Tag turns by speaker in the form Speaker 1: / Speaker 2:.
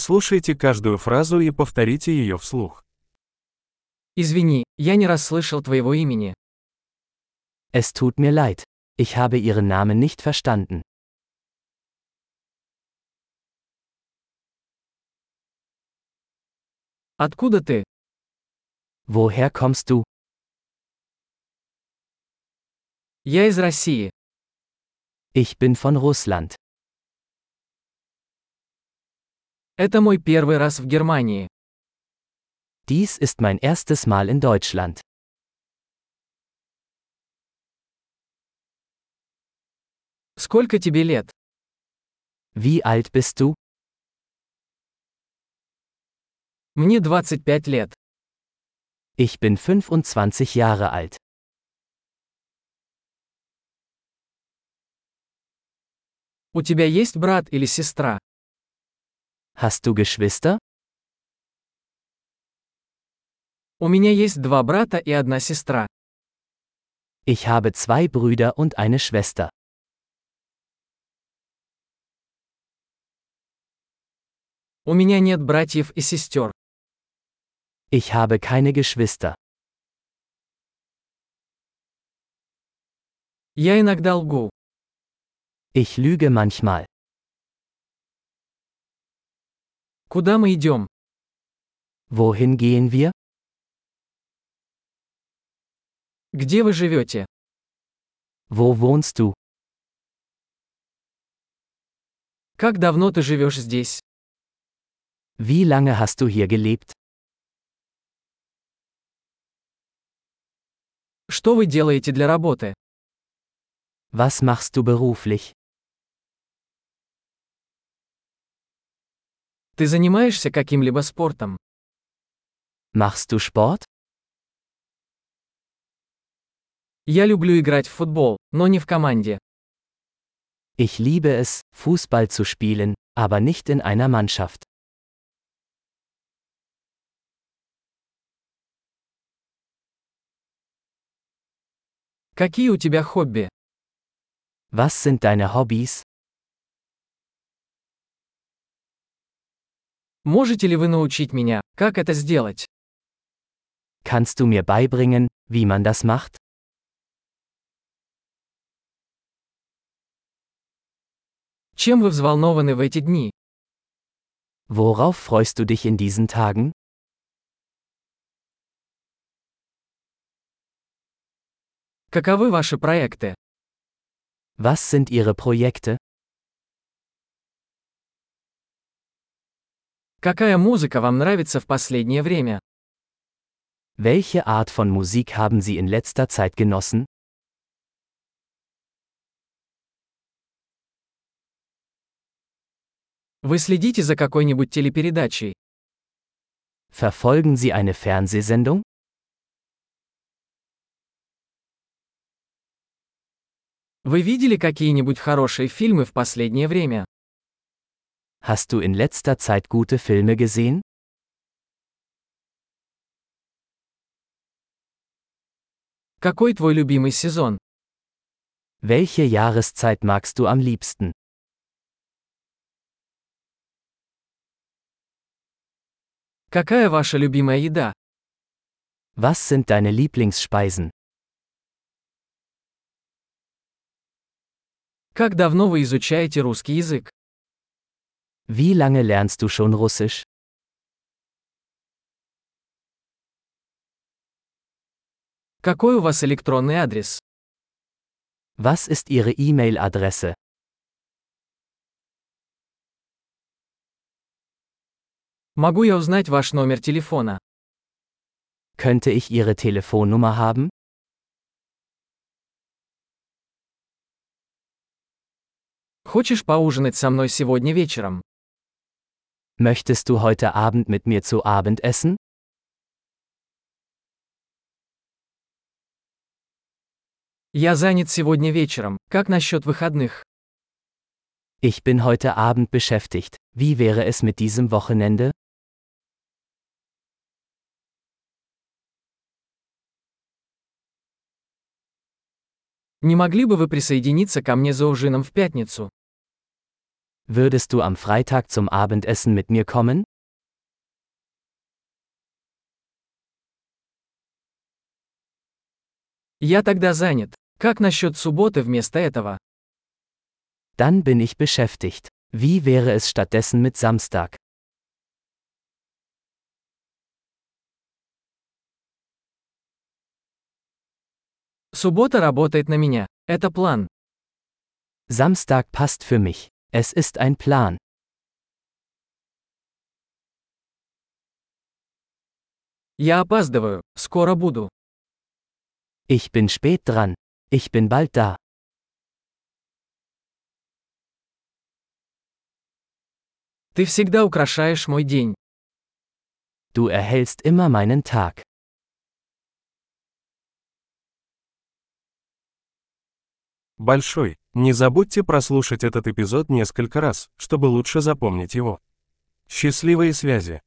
Speaker 1: Прослушайте каждую фразу и повторите ее вслух.
Speaker 2: Извини, я не расслышал твоего имени.
Speaker 3: Es tut mir leid. Ich habe Ihren Namen nicht verstanden.
Speaker 2: Откуда ты?
Speaker 3: Woher kommst du?
Speaker 2: Я из России.
Speaker 3: Ich bin von Russland.
Speaker 2: Это мой первый раз в Германии.
Speaker 3: Dies ist mein erstes Mal in Deutschland.
Speaker 2: Сколько тебе лет?
Speaker 3: Wie alt bist du?
Speaker 2: Мне 25 лет.
Speaker 3: Ich bin 25 Jahre alt.
Speaker 2: У тебя есть брат или сестра?
Speaker 3: Hast du Geschwister?
Speaker 2: У меня есть два брата и одна сестра.
Speaker 3: Ich habe zwei Brüder und eine Schwester.
Speaker 2: У меня нет братьев и сестер.
Speaker 3: Ich habe keine Geschwister.
Speaker 2: Я иногда лгу.
Speaker 3: Ich lüge manchmal.
Speaker 2: Куда мы идем?
Speaker 3: Wohin gehen wir?
Speaker 2: Где вы живете?
Speaker 3: Wo wohnst du?
Speaker 2: Как давно ты живешь здесь?
Speaker 3: Wie lange hast du hier gelebt?
Speaker 2: Что вы делаете для работы?
Speaker 3: Was machst du beruflich?
Speaker 2: Ты занимаешься каким-либо спортом?
Speaker 3: Machst du Sport?
Speaker 2: Я люблю играть в футбол, но не в команде.
Speaker 3: Ich liebe es, Fußball zu spielen, aber nicht in einer Mannschaft.
Speaker 2: Какие у тебя хобби?
Speaker 3: Was sind deine Hobbys?
Speaker 2: Можете ли вы научить меня, как это сделать?
Speaker 3: Kannst du mir beibringen, wie man das macht?
Speaker 2: Чем вы взволнованы в эти дни?
Speaker 3: Worauf freust du dich in diesen Tagen?
Speaker 2: Каковы ваши проекты?
Speaker 3: Was sind ihre Projekte?
Speaker 2: Какая музыка вам нравится в последнее время?
Speaker 3: Welche Art von Musik haben sie in letzter Zeit genossen?
Speaker 2: Вы следите за какой-нибудь телепередачей?
Speaker 3: Verfolgen sie eine Fernsehsendung?
Speaker 2: Вы видели какие-нибудь хорошие фильмы в последнее время?
Speaker 3: Hast du in letzter Zeit gute Filme gesehen?
Speaker 2: Какой твой любимый сезон?
Speaker 3: Welche Jahreszeit magst du am liebsten?
Speaker 2: Какая ваша любимая еда?
Speaker 3: Was sind deine Lieblingsspeisen?
Speaker 2: Как давно вы изучаете русский язык?
Speaker 3: Wie lange lernst du schon Russisch?
Speaker 2: Какой у вас электронный адрес?
Speaker 3: Was ist ihre E-Mail-Adresse?
Speaker 2: Могу я узнать ваш номер телефона?
Speaker 3: Könnte ich ihre Telefonnummer haben?
Speaker 2: Хочешь поужинать со мной сегодня вечером?
Speaker 3: Möchtest du heute Abend mit mir zu Abend essen?
Speaker 2: Я занят сегодня вечером. Как насчет выходных?
Speaker 3: Ich bin heute Abend beschäftigt. Wie wäre es mit diesem Wochenende?
Speaker 2: Не могли бы вы присоединиться ко мне за ужином в пятницу?
Speaker 3: Würdest du am Freitag zum Abendessen mit mir kommen?
Speaker 2: Я тогда занят. Как насчет субботы вместо этого?
Speaker 3: Dann bin ich beschäftigt. Wie wäre es stattdessen mit Samstag?
Speaker 2: Суббота работает на меня. Это план.
Speaker 3: Samstag passt für mich. Es ist ein Plan.
Speaker 2: Я опаздываю. Скоро буду.
Speaker 3: Ich bin spät dran. Ich bin bald da.
Speaker 2: Ты всегда украшаешь мой день.
Speaker 3: Du erhältst immer meinen Tag.
Speaker 1: Большой. Не забудьте прослушать этот эпизод несколько раз, чтобы лучше запомнить его. Счастливые связи.